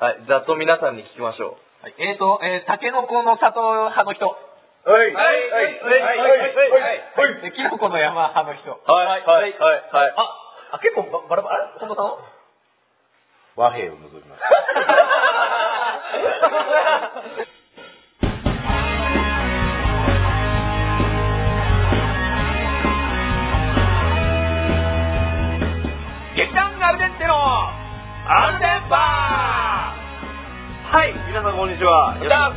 はい、ざっと皆さんに聞きましょう。はいえーと、えー、タケノコの里派の人。ははいいはいはいはいはで、いキノコの山派の人。はい、はい、はい、はい。あ、あ、結構ババラバラあれ近藤さんは和平を除 きます。劇団アルデンテのアルデンバはい、皆さんこんにちは。こんにちは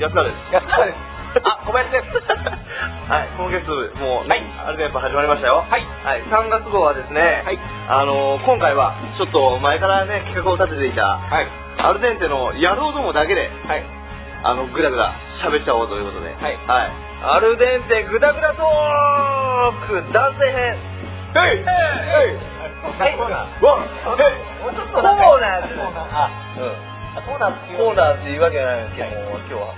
安田です。安田ですあ小林です はい、今月、もう、はいアルデンパ始まりましたよ。はいはい、3月号はですね、はいあのー今回は、ちょっと前からね、企画を立てていた、はいアルデンテの野郎どもだけで、ーはい。あの、ぐだぐだ喋っちゃおうということで、はいアルデンテぐだぐだトーク男性編。はい。はい。コーナー。もうちょっとなんかコーナーですコーナー。あ、コーナーっていう。コーナーっていうわけじゃないんですけども、今日は、も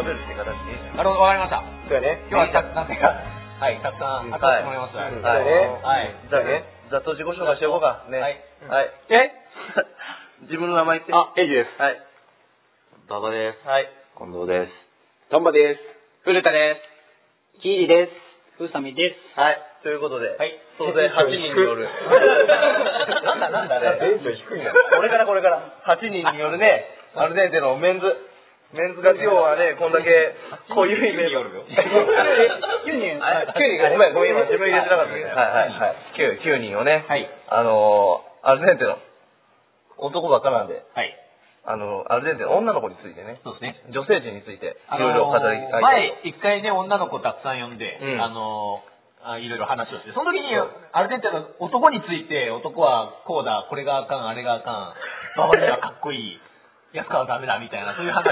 う喋るって形でいいですかなるほど、わかりました。そうやね。今日はたくさん手が、はい、たくさん当たってもらいます。はいはい。はい。じゃあね、ざっと自己紹介しておこうか。ね。はいはい。え自分の名前言って。あ、エイジです。はい。馬場です。はい。近藤です。丹波です。古田です。キーリです。ふうさみです。はい。ということで、はい総勢8人による。なんだなん だねテンション低いなこれからこれから、8人による ね、アルデンテのメンズ。メンズが今日はね、こんだけ濃いメンバー。九人九人あ九人ごめん、ごめん、今自分入れてなかったね。はいはいはい。9、九人をね、はい。あのー、アルデンテの男ばっかなんで、はい。あのー、アルデンテの女の子についてね、そうですね。女性陣について、あいのろいろ語りたいーと前、一回ね、女の子たくさん呼んで、うんあのー、あいろいろ話をして、その時にそう、アルデンテの男について、男はこうだ、これがあかん、あれがあかん、ババにはかっこい い、安川はダメだ、みたいな、そういう話語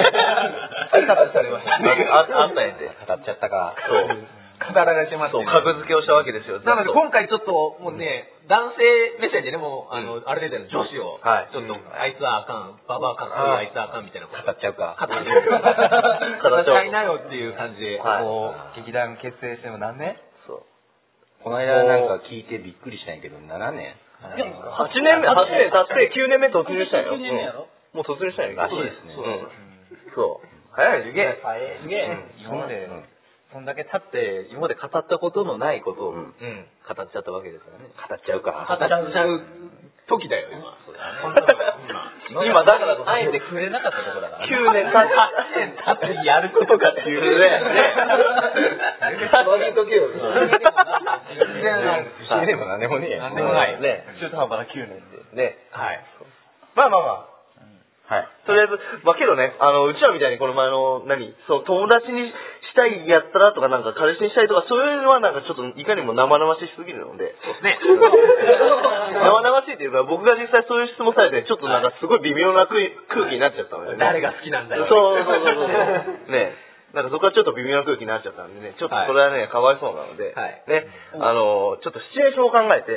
されましたね ああったんやて語っちゃったか。そう。語られてましたそう、ね。格付けをしたわけですよ。なのでずっと今回ちょっともうね、男性目線でね、もう、あの、ある程度の女子を、はいちょっと、うんあいつはあかん、ババアかっこいい、あいつはあかんみたいなこと。語っちゃうか。語って語っちゃおう語りなよっていう感じで、はいこう劇団結成しても何年そう。この間なんか聞いてびっくりしたんやけど、7年8年目、8年経って9年目突入したんよ。九年目やろうんもう突入したんやあそうですねうんそう。早いすげえ。すげえ。今まで、うんそんだけ経って、今まで語ったことのないことを語っちゃったわけですからね。語っちゃうか。語っちゃう時だよ、今。今だからこそあえて触れなかったとこだから。 9年経って、 8年経ってやることかっていねうね。とけよ。全然ないです不思議でも何でもねえなや。んでもない。ね、中途半端な9年で。ね。はい。まあまあまあ。はい。とりあえず、まあけどね、あの、うちらみたいにこの前の、何、そう、友達にしたいやったらとか、なんか彼氏にしたいとか、そういうのはなんかちょっといかにも生々しすぎるので。そうですね。 生々しいっていうか、僕が実際そういう質問されて、ちょっとなんかすごい微妙な空空気になっちゃったのよね。誰が好きなんだそうよ。そうそうそう。ねなんかそこはちょっと微妙な空気になっちゃったんでね、ちょっとそれはね、かわいそうなので、はいね、あの、ちょっとシチュエーションを考えて、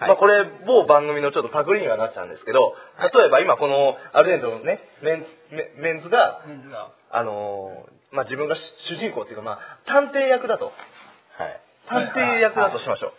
はいまあこれ、某番組のちょっとパクリにはなっちゃうんですけど、例えば今この、アルデントのね、メンズメメンズが、あのー、まあ自分が主人公っていうか、まあ探偵役だと。はい。探偵役だとしましょ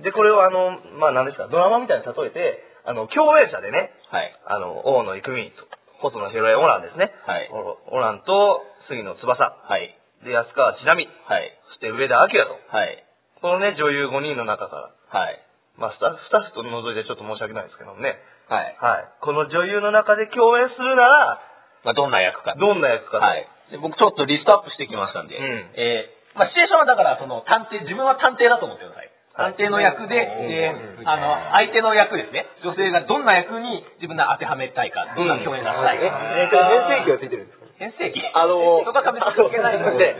う。で、これをあの、まあ何ですか、ドラマみたいに例えて、あの、共演者でね、はい。あの、大野育美と、細野博恵オランですね。はいオオランと、杉野翼。はい。で、安川ちなみ。はい。そして、上田明と。はい。このね、女優5人の中から、はい。まあ、スタッフ、スタッフと除いてちょっと申し訳ないですけどもね。はい。はい。この女優の中で共演するなら、まあ、どんな役か。どんな役か。はい。で僕ちょっとリストアップしてきましたんで、うんえーまあ、シチュエーションはだから、その、探偵、自分は探偵だと思ってくださはい。い探偵の役で、うんでう、んあの、相手の役ですね。女性がどんな役に自分が当てはめたいか、どんな共演させたいえ、か。えっと、変声器はついてるんですか変声期あのー人が壁につけないので、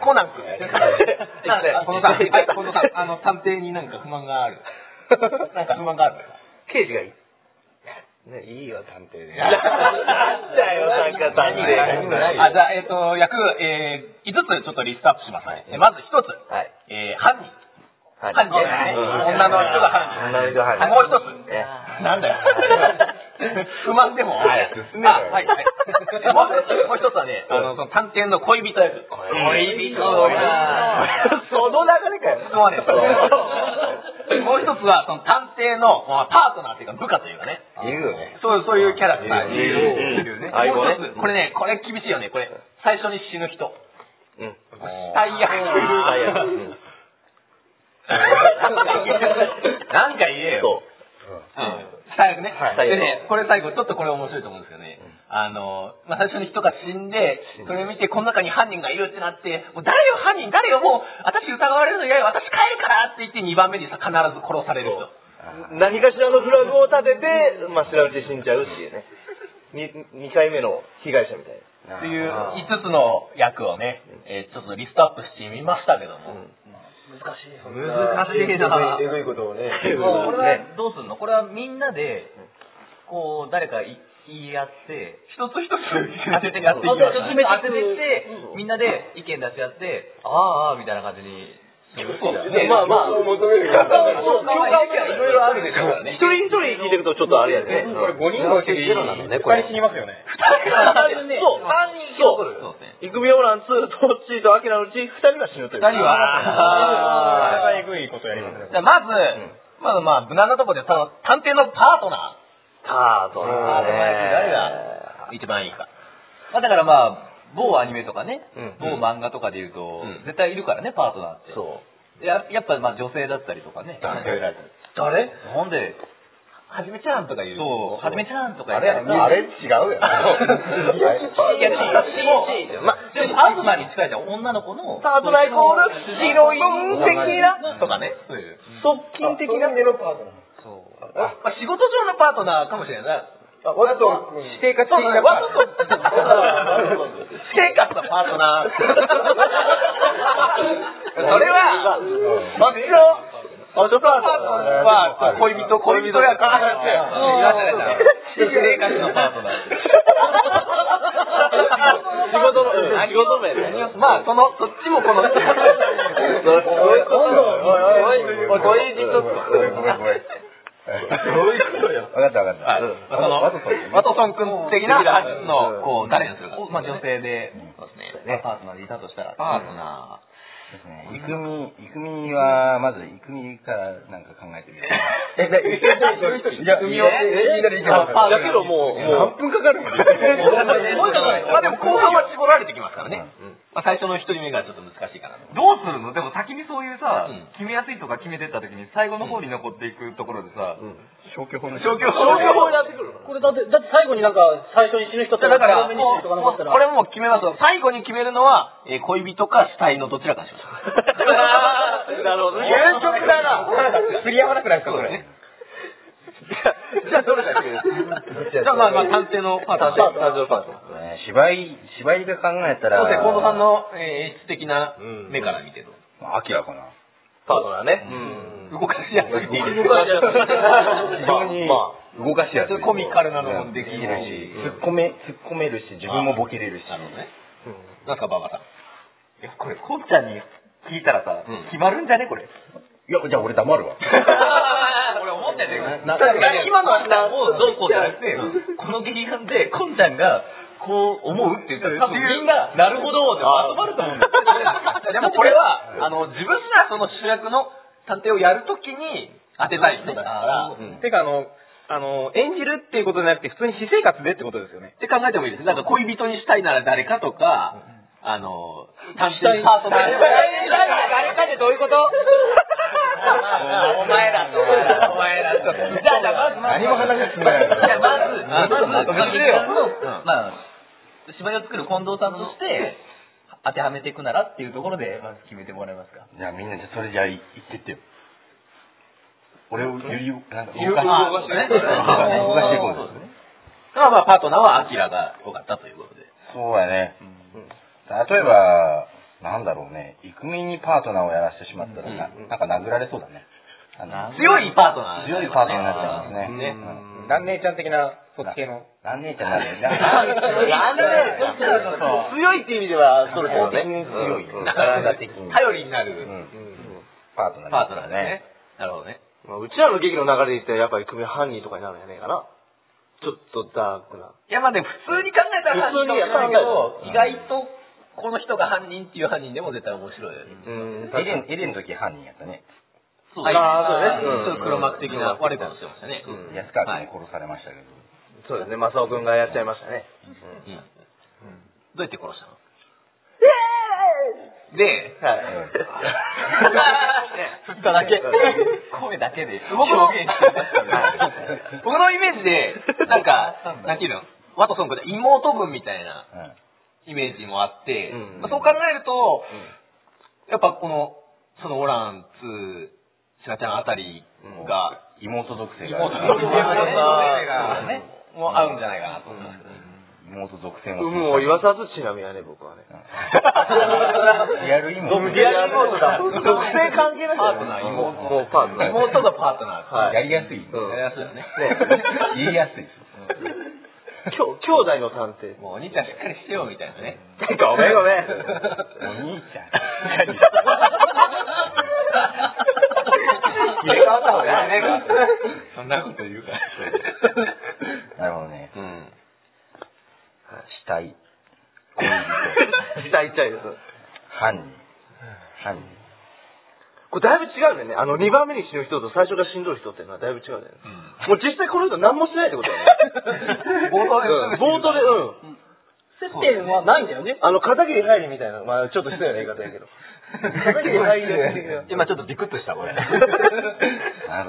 コナン君ですね。 はいこのさん、ははいい、このさん、あの、探偵になんか不満 がある。なんか不満がある。刑事がいい。ね、いいよ、探偵で。なんだよ、なんか探偵何があ、じゃあ、えっ、と、役、えー、5つちょっとリストアップしますね。えまず1つ、はい。えー、犯人。はい犯人ですね。うん女の人が犯人。女の人が犯人もう一つ。えな んだよ。不満でも。早く進めよあ はい。はいえもう一つもう一つはね、あの、その探偵の恋人役。恋 その流れかよ。そうね。もう一つは、その探偵のまあパートナーっていうか部下というかね、いるよね。そういう、そういうキャラクターうんいるよね。相棒ねもう一つこれね、これ厳しいよね、これ。最初に死ぬ人。うん。最悪。最悪 うんなんか言えよ。うん最悪ね。いでね、これ最後、ちょっとこれ面白いと思うんですよね。あの、まあ、最初に人が死んで、それを見て、この中に犯人がいるってなって、もう誰よ、犯人、誰よ、もう、私疑われるの嫌よ、私帰るからって言って、2番目にさ必ず殺される人。何かしらのフラグを立てて、まあ、調べて死んじゃうっていうね。に、2回目の被害者みたいな。っていう5つの役をね、えーちょっとリストアップしてみましたけども。難しい。難しいな。どいことを ね。これはどうするのこれはみんなで、こう、誰かい言い合って、一つ一つ当ててやっていきま当てす。て、みんなで意見出し合って、あーあーみたいな感じに。まあまあ、求める共感意見はいろいろあるでしょうからね。一人一人聞いていくとちょっとあれやね。これ5人のうちゼロなのね、これ。人死にますよね。そう。3人そう。イクビオランツ、トッチーとアキラのうち2人が死ぬという。二人は、なかなかえぐいことやりますね。じゃあまず、まずまあ、無難なとこで、その、探偵のパートナタートナーね。ー、一番いいか。まあだからまあ、某アニメとかね、うん某漫画とかで言うとうん、絶対いるからね、パートナーって。そややっぱまあ女性だったりとかね。誰ほんで、はじめちゃんとか言う。そう、はじめちゃんとかあれ、あれ違うよ。いや、でも、まあでも、アズマに近いじゃん、女の子の。タートナーイコール、ヒロイン的な、とかね。そういう。側近的な。そう。まあ、仕事上のパートナーかもしれない。俺と、指定化そうだね、わざと、私生活のパートナー。それは、まあ、一応、あ、ちょっとまあ、恋人、恋人やからって。生活のパートナー。仕事の、仕事面ね。まあ、その、そっちもこの、そういうことよ。恋人とか。ごめんごめん。そういうことよ。分かった分かった。わざとワトソン君的なの、こう、誰にするか。まあ女性で、そうですね。パートナーでいたとしたら、パートナイクミ、イクミは、まずイクミからなんか考えてみる。え、いや、みんなで行きます。だけどもう、もう、分か かるまあでも後半は絞られてきますからね。まあ最初の一人目がちょっと難しいかなと。ー。どうするのでも先にそういうさうん決めやすいとか決めてった時に、最後の方に残っていくところでさ、消去法の。消去法そういう方になってくるの。これだって、だって最後になんか、最初に死ぬ人とだから、最後にも死ぬう人が残ったら。これもう決めますよ。最後に決めるのは、えー恋人か死体のどちらかにしましょ う。なるほどね究極だ な。すり合わなくないですか、これ。じゃあ、どれだっけじゃあ、まあまあ、探偵のパートナーで。誕生パートナー。芝居、芝居で考えたら、そうですね、近藤さんのえー演出的な目から見てどうアキラかな。パートナーね。動かしやすい。非常に動かしやすい。コミカルなのもできるしるし、突っ込め、突っ込めるし、自分もボケれるし。なるほどね。なんか、ババさん。いや、これ、こっちゃんに聞いたらさ、決まるんじゃねこれ。いや、じゃあ俺黙るわ。 俺思ったよね。だから今の判断をどうこうじゃなくて、この劇団で、こんちゃんが、こう思うって言ったら、多分みんな、なるほどってまとまると思うんだよ。 でもこれは、あの、自分がその主役の探偵をやるときに当てたい人だから、っててか、あの、あの、演じるっていうことじゃなくて、普通に私生活でってことですよね。考えてもいいです。なんか恋人にしたいなら誰かとか、あの、探偵パートナー。誰かってどういうことお前らと、お前らと。じゃあ、じゃあ、まず、まず、何も話が進めないい。や、まず、まず、ままず、とまめず、てよまあ、芝居を作る近藤さんとして、当てはめていくならっていうところで、まず決めてもらえますか。じゃあみんな、それじゃあ言ってってよ。俺を、ゆりを、なんか動まかしあて、動かしていこうそうですですねね。まあまあ、パートナーはアキラが良かったということで。そうやね。例えば、なんだろうね、イクミにパートナーをやらせてしまったらな、なんか殴られそうだね。あの強いパートナー。強いパートナーになっちゃいますね。ねうん蘭姉ちゃん的な、そっち系の。なんねえちゃんだ ね。あのね、強いって意味では、それですよね。強いよ。体的に。頼りになるうんパートナー。パートナーね。。なるほどね。まあ、うちらの劇の流れで言ったら、やっぱり組犯人とかになるんじゃないかな。ちょっとダークな。いや、まあでも普通に考えたら普通に犯人かもしれな考えいけど、意外とこの人が犯人っていう犯人でも絶対面白いよね。うんエレン、エレンの時犯人やったね。そうあーそうねちょっと黒幕的な悪いことしてましたね。うん安川君に殺されましたけど。そうですね、マサオくんがやっちゃいましたね。うんどうやって殺したので、 はい。振っただけ。声だけで表現してましたね僕のイメージで、なん か、なんていうの、ワトソン君って妹分みたいなうんイメージもあって、うんまあ、そう考えると、やっぱこの、そのオランツ、シラちゃんあたりが、妹属性妹がある。が、ね、もう合うんじゃないかなと思いますけどね。妹属性も。有無を言わさずちなみやね、僕はね。リアル妹。リアル妹だ。属性関係なくパートナー妹もうパートナー。妹がパートナー。はいやりやすい。うんやりやすいよね。言いやすい。きょ兄弟の探偵。 もうお兄ちゃんしっかりしてよみたいなね。ごめんごめん。お兄ちゃん。入れ替わった方がいいね。そんなこと言うから。なるほどね。うん。死体。恋人。痛い痛いです。犯人。犯人。これだいぶ違うんだよね。あの、2番目に死ぬ人と最初がしんどい人っていうのはだいぶ違うんだよね。もう実際この人何もしてないってことだよね。冒頭でうん冒頭で、うん。接点はないんだよね。あの、片桐入りみたいな、まあちょっと失礼な言い方やけど。片桐入り的な今ちょっとビクッとした 俺。なるほ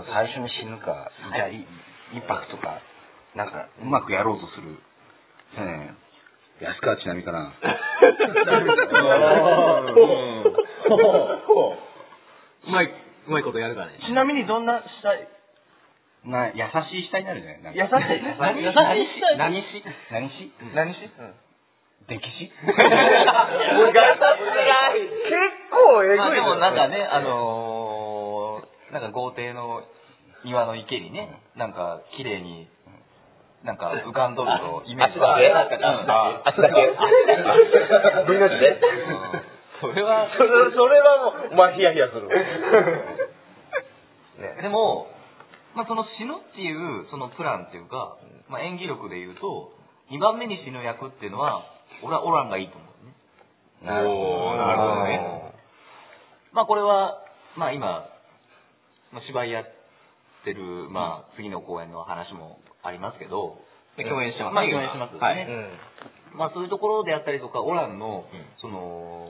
ど最初に死ぬか。じゃあ、いインパクトか。なんか、うまくやろうとする。うん。安川ちなみか な。うまい、うまいことやるからね。ちなみにどんな死体な、優しい死体になるんじゃないなんか優しい何優しい死体何死何死何死 歴史結構えぐいまあのでよ。もなんかね、あのー、なんか豪邸の庭の池にね、なんか綺麗に、なんか浮かんどるとイメージが。足だけ。みんなして。 それは、それそれはもう、まあヒヤヒヤする。ね。でも、まあ、その死ぬっていうそのプランっていうか、まあ、演技力で言うと2番目に死ぬ役っていうのは俺はオランがいいと思うねなるほど。なるほどねまあこれは、まあ、今、まあ、芝居やってる、まあ、次の公演の話もありますけど、共演してますまあ、共演してますよね、はいまあ、そういうところであったりとかオランのその、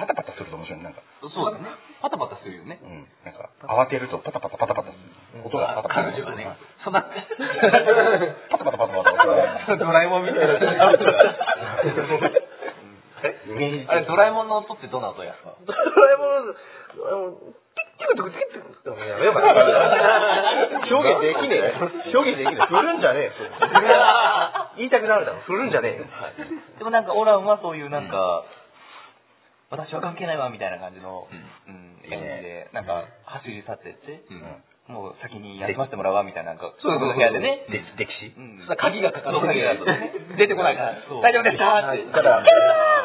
パタパタすると面白いね。なんか、そうだねパタパタするよねうん。なんか、慌てるとパタパタパタパタする。音がパタパタ。彼女はねそんなパタパタパタパ タパドラえもんみたいな。タ。イメージあれドラえもんの音ってどんな音やすかドラえもん、ドラえもん、テクテクテクテクやめようかな表現できねえよ。表現できねえ。振るんじゃねえよ。言いたくなるだろ。振るんじゃねえよ。でもなんかオランはそういうなんか、私は関係ないわみたいな感じの、うん演じで、なんか走り去ってって、もう先に休ませてもらうわみたいな、なんか、そう部屋でね、歴史うん、鍵がかかる鍵が 出てこないから、大丈夫ですかって。ただ、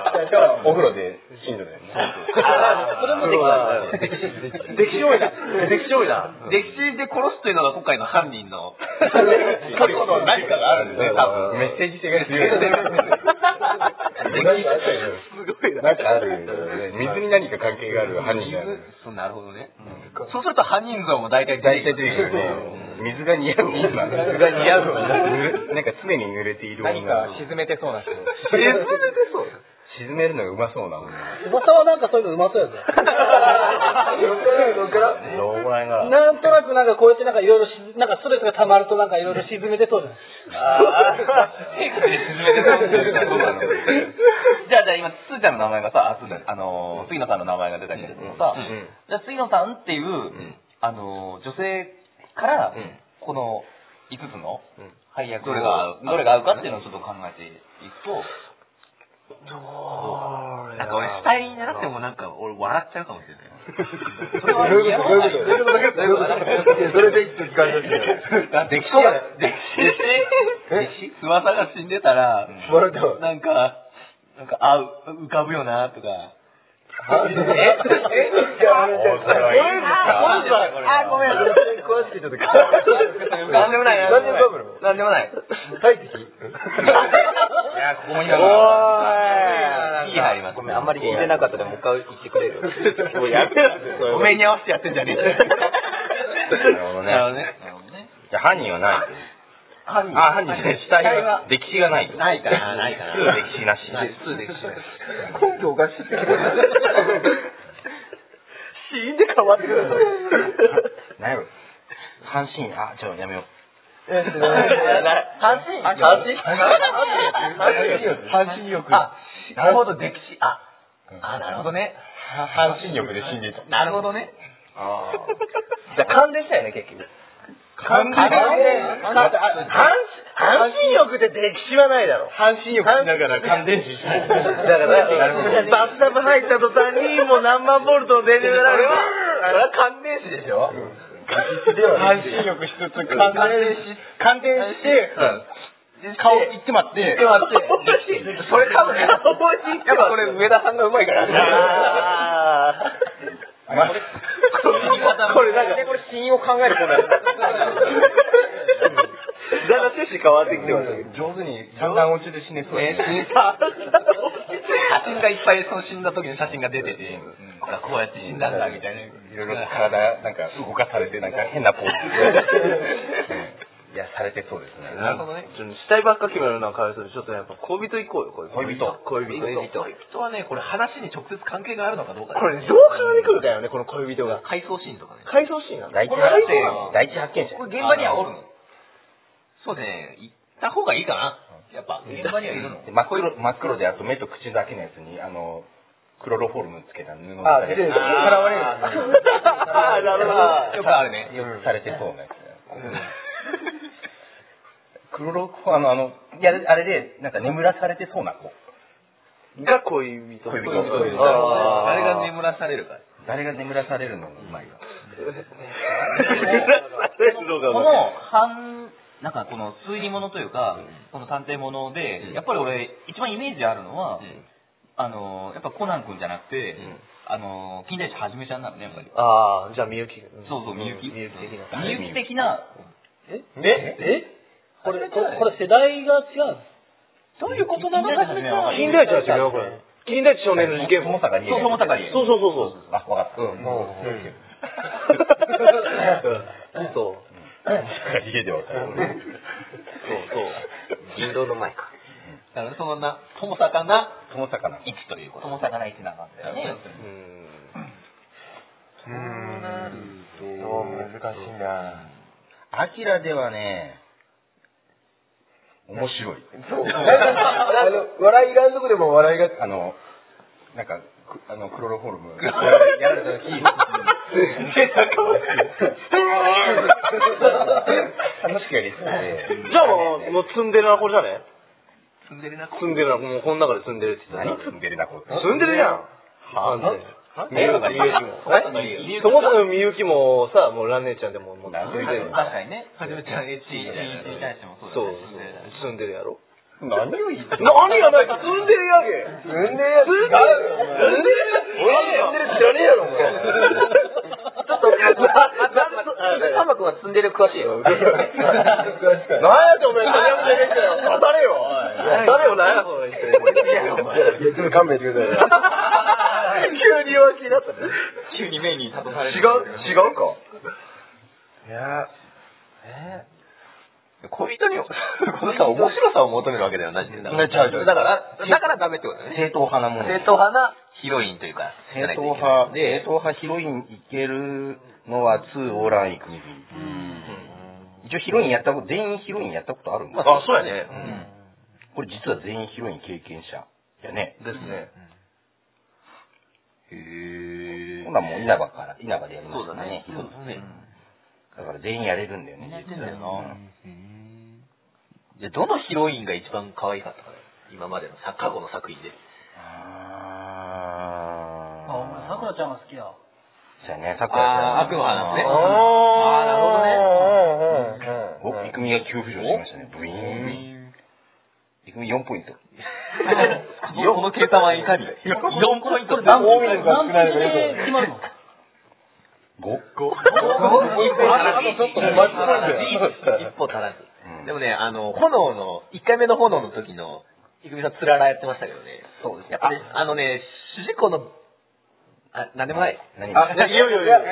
ただお風呂で死んでるよね。あーそれもできない。歴史多いだ。歴史多いだ。歴史で殺すというのが今回の犯 人の。過去の何かがあるんでね、多分。メッセージ性が強いよね。すごいな。なんかあるよね。水に何か関係がある犯人がある。そうなるほどね。そうすると犯人像も大体大体出とていうくよるりね、水が似合う女。水が似合う女。なんか常に濡れている女。沈めてそうな人。沈めるのがうまそうな女。おばさんはなんかそういうのうま そうやぞ。どうもないが。なんとなくなんかこうやってなんかいろいろし、なんかストレスが溜まるとなんかいろいろ沈めてそうじゃない じゃあ、じゃあ今、つーちゃんの名前がさ、あ、つーちゃん、あのー、杉野さんの名前が出たけれどもさ、じゃあ杉野さんっていう、あのー、女性から、この5つの配役、どれが、どれが合うかっていうのをちょっと考えていくと、なんか俺、死体になってもなんか俺笑っちゃうかもしれない。それは嫌なことだよそれで一時間ですね。だって歴史が、歴史歴史翼が死んでたら、笑ってもなんか、なんか、あ、う浮かぶよな、とか。あ、ごめん。詳しくちょっと。なんでもないなんでもかぶるのなんでもない。はい、敵。いや、ここもいいおな。ーい。いい入ります。ごめん、あんまり聞いてなかったでもう一回言ってくれる。もうやめろって、それおはめえに合わせてやってんじゃねえ。なるほどね。じゃあ犯人はないという。犯人あ、犯人じゃない。死体死体はは歴史がないと。ないから、ない から。普通歴史なし。普通歴 史なし。根拠おかしい。死因で変わってくる。何やろ。半身、あ、ちょっとやめよう。半身半身半身欲。あ、なるほど、歴史。あ、あ、なるほどね。半身力で死んでいた。なるほどね。あーじゃあ感電したよね、結局。完全半半身浴で歴史はないだろ。半身浴だから感電死した。だから、バスタブ入った途端に、もう何万ボルトの電流が流れあれは関連死でしょ半身力しつつ、完全し、完全して、顔いってまって、で、待って。それ多分、やっぱこれ上田さんがうまいから。あま これなんか、これ死因を考えるこない。だから趣旨変わってきてます。上手に三段落ちで死ねそうやね。写真がいっぱいその死んだ時の写真が出てて、ほらこうやって死んだんだみたいな。いろいろ体、なんか動かされて、なんか変なポーズ。いや、されてそうですね。なるほどね。ー死体ばっか決めるのはかわいそうで、ちょっとやっぱ恋人行こうよ、恋人。恋人。恋人はね、これ話に直接関係があるのかどうか。これ、どう絡んでくるかよね、この恋人が。回想シーンとかね。回想シーンなんだ。第一発見、第一発見者。これ現場にはおるのそうね、行った方がいいかな。やっぱ、現場にはいるの。で真っ黒、真っ黒で、あと目と口だけのやつに、あの、クロロフォルムつけた布のあ、下で、でさらよわれる。あー、なるほよくあるね。くされてそうなやつ。クロロフォルム、あの、あの、やるあれで、なんか眠らされてそうな子。ど。が恋人。恋人あー誰が眠らされるか。誰が眠らされるのうまいわ。この、半、なんかこの推理物というか、この探偵物で、やっぱり俺、一番イメージあるのは、あの、やっぱコナン君じゃなくて、あの、金田一はじめちゃんなのね、やっぱり。ああ、じゃあ、みゆき。そうそう、みゆき。みゆき的な。みゆき的な、ええこれ、これこれ世代が違うのそういうことなのかしら金田一は違うよ、これ。金田一少年の事件友も。坂に。そう、友高に。そうそうそうそう。 あ、わかった。うん、もうう、んそう。家でわかる。そうそう。銀道の前か。だからそのな、友坂な、友坂な。位置ということ。友坂な一なんだよね。うん。アキラではね、面白い。笑い連続でも笑いが。あの、なんか、くあの、クロロフォルム、やらやられた時、楽しくやりすぎて、じゃあもう、もうツンデレな子じゃねツンデレなツンデレな子、もうこの中でツンデレって言って何た積んでるな、これ。ツンデレじゃん。はあ、みゆきも。え友達のみゆきもさ、もうランネちゃんでも、もうツンデレ。確かにね。はじめちゃん、エッチ一に対してもそうだそうよね。、ツンデレやろ。何を言って何がないか、ツンデレやげ。ツンデレやげ。ツンデレ俺はツンデレ知らねえやろ、お前。ちょっと、サマ君はツンデレ詳しいよ。何やってお前、そんなことできたよ。当たれよ。当たれよ、何や、それ。ちょっと勘弁してください。急に弱気になった。急に目に立たされ違る。う、違うか。恋人に、このさ、面白さを求めるわけではないんだよな。違う違うだから、だからダメってことだね。正統派なもの。正統派なヒロインというか、正統派。で、正統派ヒロインいけるのは、ツーオーランイクミ一応ヒロインやったこと、全員ヒロインやったことあるんですあ、そうやね。これ実は全員ヒロイン経験者。やね。ですね。へほなもう稲葉から、稲葉でやりましたね。そうだね。だから全員やれるんだよね。やってんだよなで、どのヒロインが一番可愛かったかね。今までのさ過去の作品で。ああ、お前、さくらちゃんが好きだ。そうやね、さくあーら悪ちゃん。魔なんですね。ああ、なるほどね。お、イクミが急浮上しましたね。ブイーン。イクミ4ポイント。この計算はいかに ?4 ポイント何ポイントが少ないで決まるの 5? あとちょっと待ち一歩足らずうん。でもね、あの、炎の、1回目の炎の時の、いくみさんつららやってましたけどね。そうですね。ああのね、主人公のあ、なんでもない。何あ、いやいやいや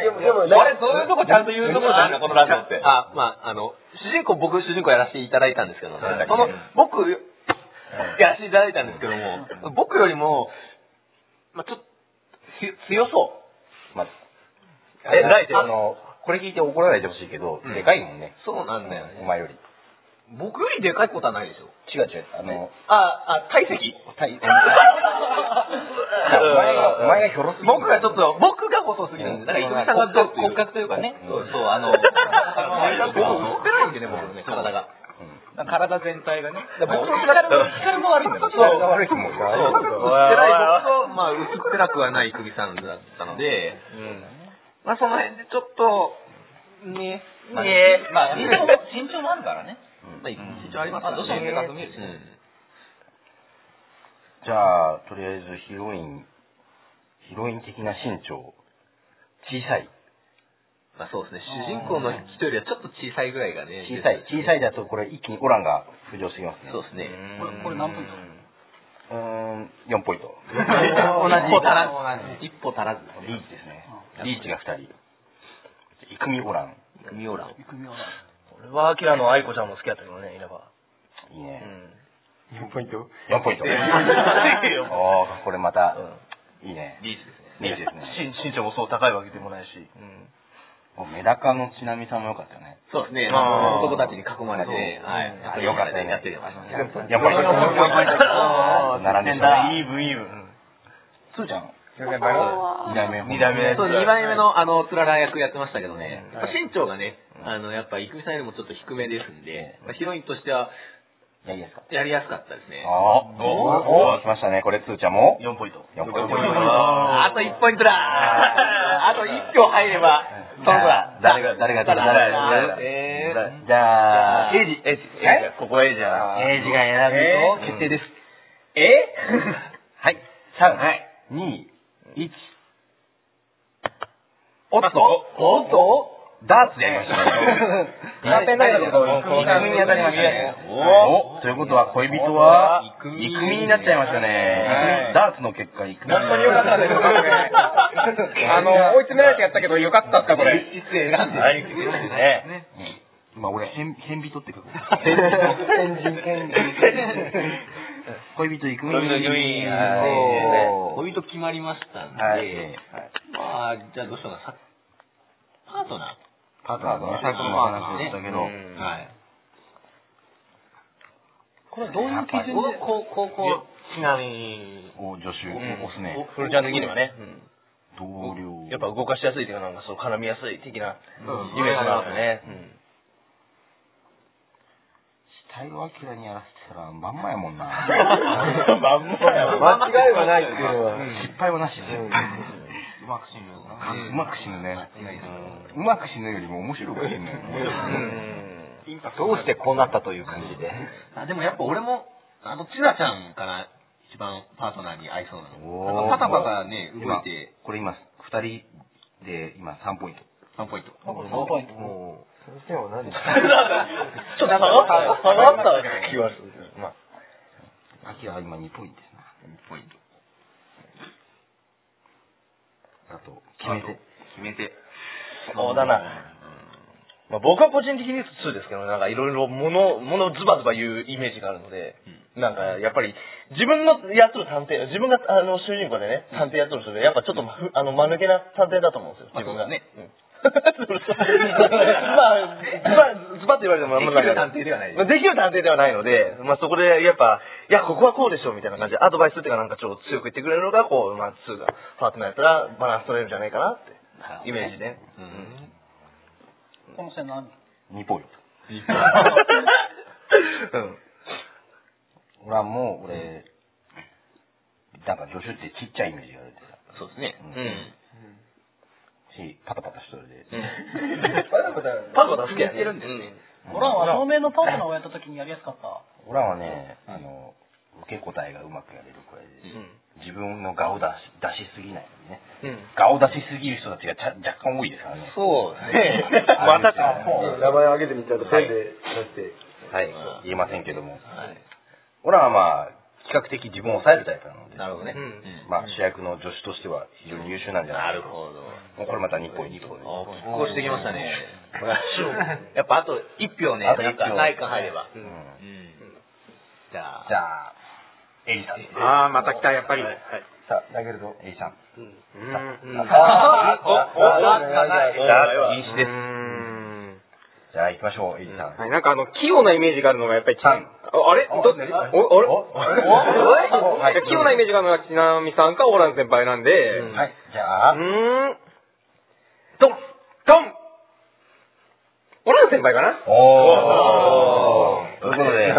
いや。でも、でも、あれ、そういうとこちゃんと言うとこじゃんこのラジオってあ、まあ、あの、主人公、僕、主人公やらせていただいたんですけど、はいその、僕、やらせていただいたんですけども、僕よりも、まあ、ちょっと、つ強そう。まあ、えないですあの、これ聞いて怒らないでほしいけど、でかいもんね。そうなんだよね。お前より。僕よりでかいことはないでしょ。違う違う。あの、あ、あ、体積 体、お前が、お前がひょろすぎる僕がちょっと、僕が細すぎるんで、だから、泉さんがどうっていう骨格というかね。そうそう、あ の、僕、ってないわけね、もうね、体が。体全体がね。僕の体も、光も悪いんだよ。体悪いもんそう。な。薄っぺらい僕と、まあ、薄っぺらくはない首さんだったので、まあ、その辺でちょっと、ね、まあね、まあ、身長も身長もあるからね。まあ、一応ありますからね。どうしてもでかく見えるしねうんじゃあ、とりあえずヒロイン、ヒロイン的な身長、小さい。まあ、そうですね、主人公の人よりはちょっと小さいぐらいがね、小さい。小さいだと、これ一気にオランが浮上してきますね。そうですね。これ、これ何分だうーん、4ポイ ント。同じ。一歩足らず。一歩足らず。リーチですね。リーチが2人。イクミオラン。ミオラン。俺はアキラの愛子ちゃんも好きやったけどね、いれ ば。いいうね。ん。 4ポイント。おー、これまた、いいね。リーチですね。リーチですね。身身長もそう高いわけでもないし。うん。おメダカのちなみさんも良かったよね。そうですね、あー男たちに囲まれて、はい。あ良かったよね。やってる。やっぱり、やっぱり、並んでしまうイーブンイーブン。つーちゃん、あ二代目。二代目そう、2枚目の、あの、つらら役やってましたけどね、やっぱ身長がね、あの、やっぱ、いくみさんよりもちょっと低めですんで、まあヒロインとしては、やりやすかっやりやすかったですねた。。あーおー、来ましたね。これつーちゃんも。 4ポイント。 4ポイント。あと1ポイントだあと1票入れば、その子だ。誰が、誰が、誰が、誰が、えじゃあ、エイジ、エイジ。えここエイジやな。エイジが選ぶと決定です。ー、えはい。3、はい、2、1。おっとおっとダーツでやりましたね。苦手なんだけど、イクミに当たりましたね。おということは、恋人は、イクミになっちゃいましたね。ダーツの結果、イクミ。 本当に良かったですよ ねあの、追い詰められてやったけど、良かったっすか、これ。はい、ね。まあ、俺、変、変人って書く。変人、変人、恋人、イクミ。恋人イクミはい恋人決まりましたんで、はい。まあ、じゃあどうしようかな、さパートナーパートナーのねさっきも話でしたけど、はい。これはどういう基準で高校、高校、ちなみに、お女子、オスね、フルちゃん的にはね。同僚。やっぱ動かしやすいというか、なんかそう絡みやすい的なイメージがあるね。うん死体をアキラにやらせてたら、まんまやもんな。まんまやわ間違いはないっていうのは。失敗はなしで。うまく死ぬよな。うまく死ぬね。うまく死ぬよりも面白く死ぬよね。どうしてこうなったという感じで。あでもやっぱ俺も、あの、チラちゃんかな、一番パートナーに合いそうなの。おーなんかパタパタね、動いてこれ今、二人で今3ポイント。 3ポイント。 3ポイントちょっと下がった、下がった気はする。まあ、アキラは今2ポイントですな。 2ポイント。あと、決めて。決めて。そうだな。まあ、僕は個人的に2ですけど、なんかいろいろ物、物をズバズバ言うイメージがあるので、なんかやっぱり自分のやっとる探偵、自分があの主人公でね、探偵やっとる人で、やっぱちょっとまふあの、間抜けな探偵だと思うんですよ、自分が。ね。まあ、ズバッと言われてもあん まりなんかできる探偵ではないでますあできる探偵ではないので、まあそこでやっぱ、いや、ここはこうでしょうみたいな感じでアドバイスっていうかなんかちょっと強く言ってくれるのが、こう、まあ、2がパートナーやったらバランス取れるんじゃないかなって、イメージで、ね。うん。この線何人2ポイント。 うん。俺はもう、俺、なんか助手ってちっちゃいイメージがあるってさ。そうですね。うん。し、パタパタしとるで。パコだ好きやね。んですね。オランは照明のパートナーをやった時にやりやすかった。オランはね、あの、受け答えがうまくやれるくらいで、自分の顔を出し出しすぎないのね。うん。顔を出しすぎる人たちがちゃ若干多いですからね。。そうねまたか。名前を挙げてみたと、はい、はい、言えませんけども。オランはまあ、比較的自分を抑えるタイプなので、なるほどね。まあ、主役の女子としては非常に優秀なんじゃないかほど。もうこれまた日本に行こうあ拮抗してきましたね。やっぱあと1票ね、あと一なんか票内閣入れば。じゃあ。じゃあ、エリさん。ああ、また来た、やっぱり。さあ、投げるぞ、エリさん。うん。あおおなんかないじゃあ、禁止です。じゃあ、行きましょう、エリさん。はい、なんかあの、器用なイメージがあるのがやっぱり、ああれどっちお、ああれおおはい器用なイメージがあるのが、ちなみさんかオーラン先輩なんで、うはい、じゃあ、ーん、ドン、ドンオーラン先輩かなおー。ということで、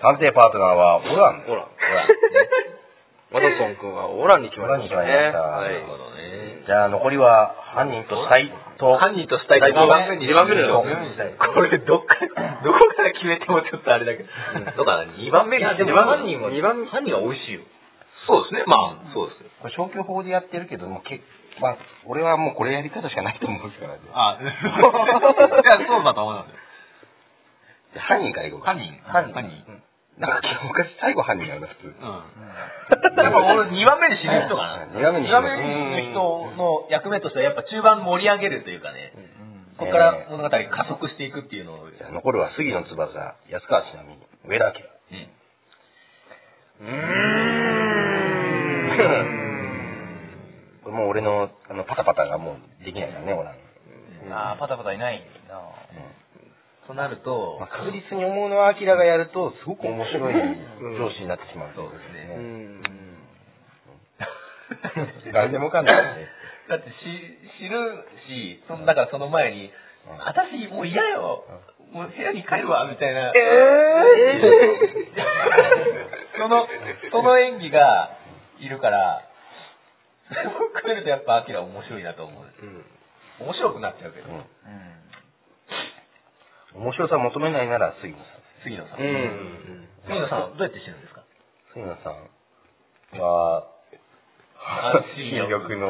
探偵パートナーは、オラン。オランオワトソン君はオランに決まラン。オランりまにし決たまね。りました。はい。じゃあ、残りは、犯人と死体と、犯人としたい第2番目に。2番目との。これどっから、どこから決めてもちょっとあれだけど。だから2番目に。やでも二番人は、二番犯人は美味しいよ。そうですね。まあ、そうです。これ消去法でやってるけど、もうけまあ、俺はもうこれやり方しかないと思うから、ね、あ、 いや、そうだと思うんだよ。犯人からいこうか。犯人。犯人。犯人。なんか、おかしい最後犯人なんだ、普通。やっぱ俺2番目に死ぬ人かな。 2番目2に死ぬ番目に死ぬ人の役目としてはやっぱ中盤盛り上げるというかね、ここかえらー物語が加速していくっていうのを。じゃあ残るは杉野翼、安川ちなみに、上田家。 これもう俺のあのパタパタがもうできないからね、俺は。ああ、パタパタいないな。となる と、まあ、確実に思うのは、アキラがやると、すごく面白い上司になってしまうそうですね。何でもかんでもね。だってし死ぬし、そのだからその前に、私もう嫌よ、もう部屋に帰るわ、みたいな。 その、その演技がいるから、それをくれるとやっぱアキラ面白いなと思う。面白くなっちゃうけど、面白さ求めないなら杉野さん。杉野さん。うん。杉野さんはどうやって死ぬんですか杉野さんは、 新緑新緑 の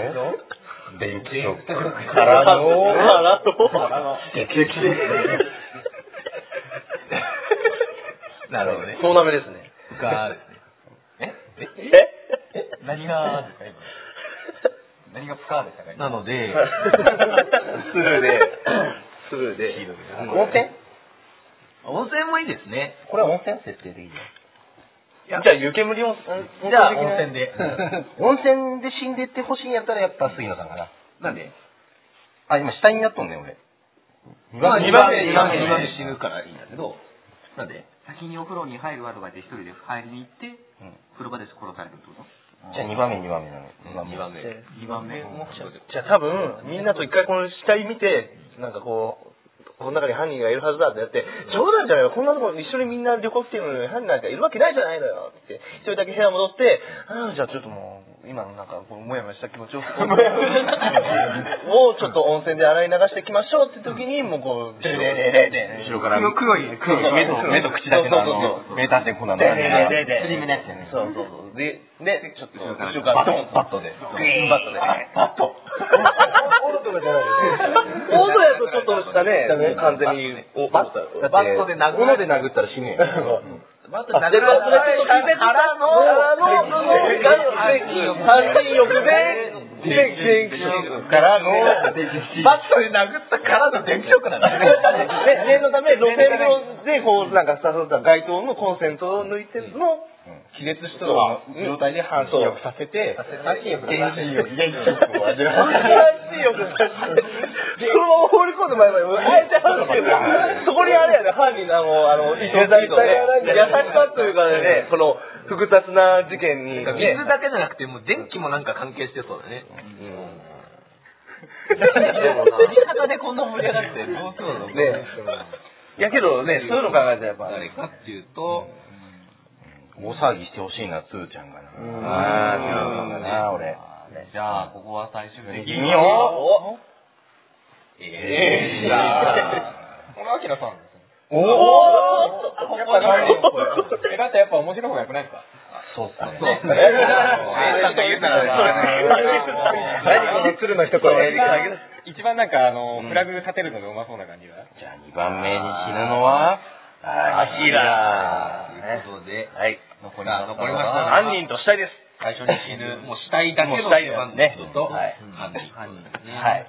電気ショックかかららのあらと。激撃なるほどね。そうなめですね。がですね。えええ何がですか今。何がプカーでしたかなので、スルーで、スルーで。温泉温泉もいいですね。これは温泉設定でいいよ。じゃあ、湯煙温泉。じゃあ温泉で。温泉で死んでってほしいんやったらやっぱ杉野さんかな。なんであ、今下になっとんね、俺。二まあ目二番目、二二番番目目、二二番番目目死ぬからいいんだけど、なんで先にお風呂に入るわとか言って一人で入りに行って、風呂場で殺されるってことじゃあ2番目、2番目なの。二番目二番目。 ?2 番目。じゃあ多分、みんなと一回この死体見て、なんかこう、この中に犯人がいるはずだってやって、冗談じゃないよ、こんなところに一緒にみんな旅行来てるのに犯人なんかいるわけないじゃないのよって、一人だけ部屋戻って、ああ、じゃあちょっともう、今のなんか、こう、もやもやした気持 ちを、をちょっと温泉で洗い流していきましょうって時に、もうこう、ででででで、後ろから。黒い、黒い。目と目と口だけのあの、名探偵コナンのあれが。でででスリムなやつやね。そうそうそう。で、で、ちょっと、後ろからドバンット、バットで。グイーンバットで。バッオート。トじゃない です。オートやとちょっとしたね、もう完全に。おバットバットで殴斧で殴ったら死ぬよ。バットあゼロアスレチック金銭からの、の、の、三人欲で、電気ショックからの、バットで殴ったからの電気ショックなんだね。ね念のため、露天風呂で、こう、なんか、さそうだ街灯のコンセントを抜いての、気絶した状態で半身浴させて、半身浴原神浴、原神浴を味わう。半身浴させて、そのまま放り込んでまいれば、あえて半身浴。そこにあれやね、犯人のあの、あの、優しさというかね、その、複雑な事件に、ね水だけじゃなくて、もう電気もなんか関係してそうだね。味方でこんな盛り上がってどうするのねいやけどね、そういうの考えたらやっぱ、誰かっていうと、大騒ぎしてほしいな、つーちゃんがな。あー、違うなんだな、俺。じゃあ、ここは最終的ギに。ニョええこれ、アキラさん。おおやっぱ、え、だってやっぱ面白い方がよくないですかそうっすね。なんか言うたら、鶴の一一番なんか、あの、フラグ立てるのがうまそうな感じが。じゃあ2番目に死ぬのは、アキラ。ということで、はい。残さあ残りました犯人と死体です。最初に死ぬ、もう死体だけのもう死体だ番ね人と、はい犯人。はい。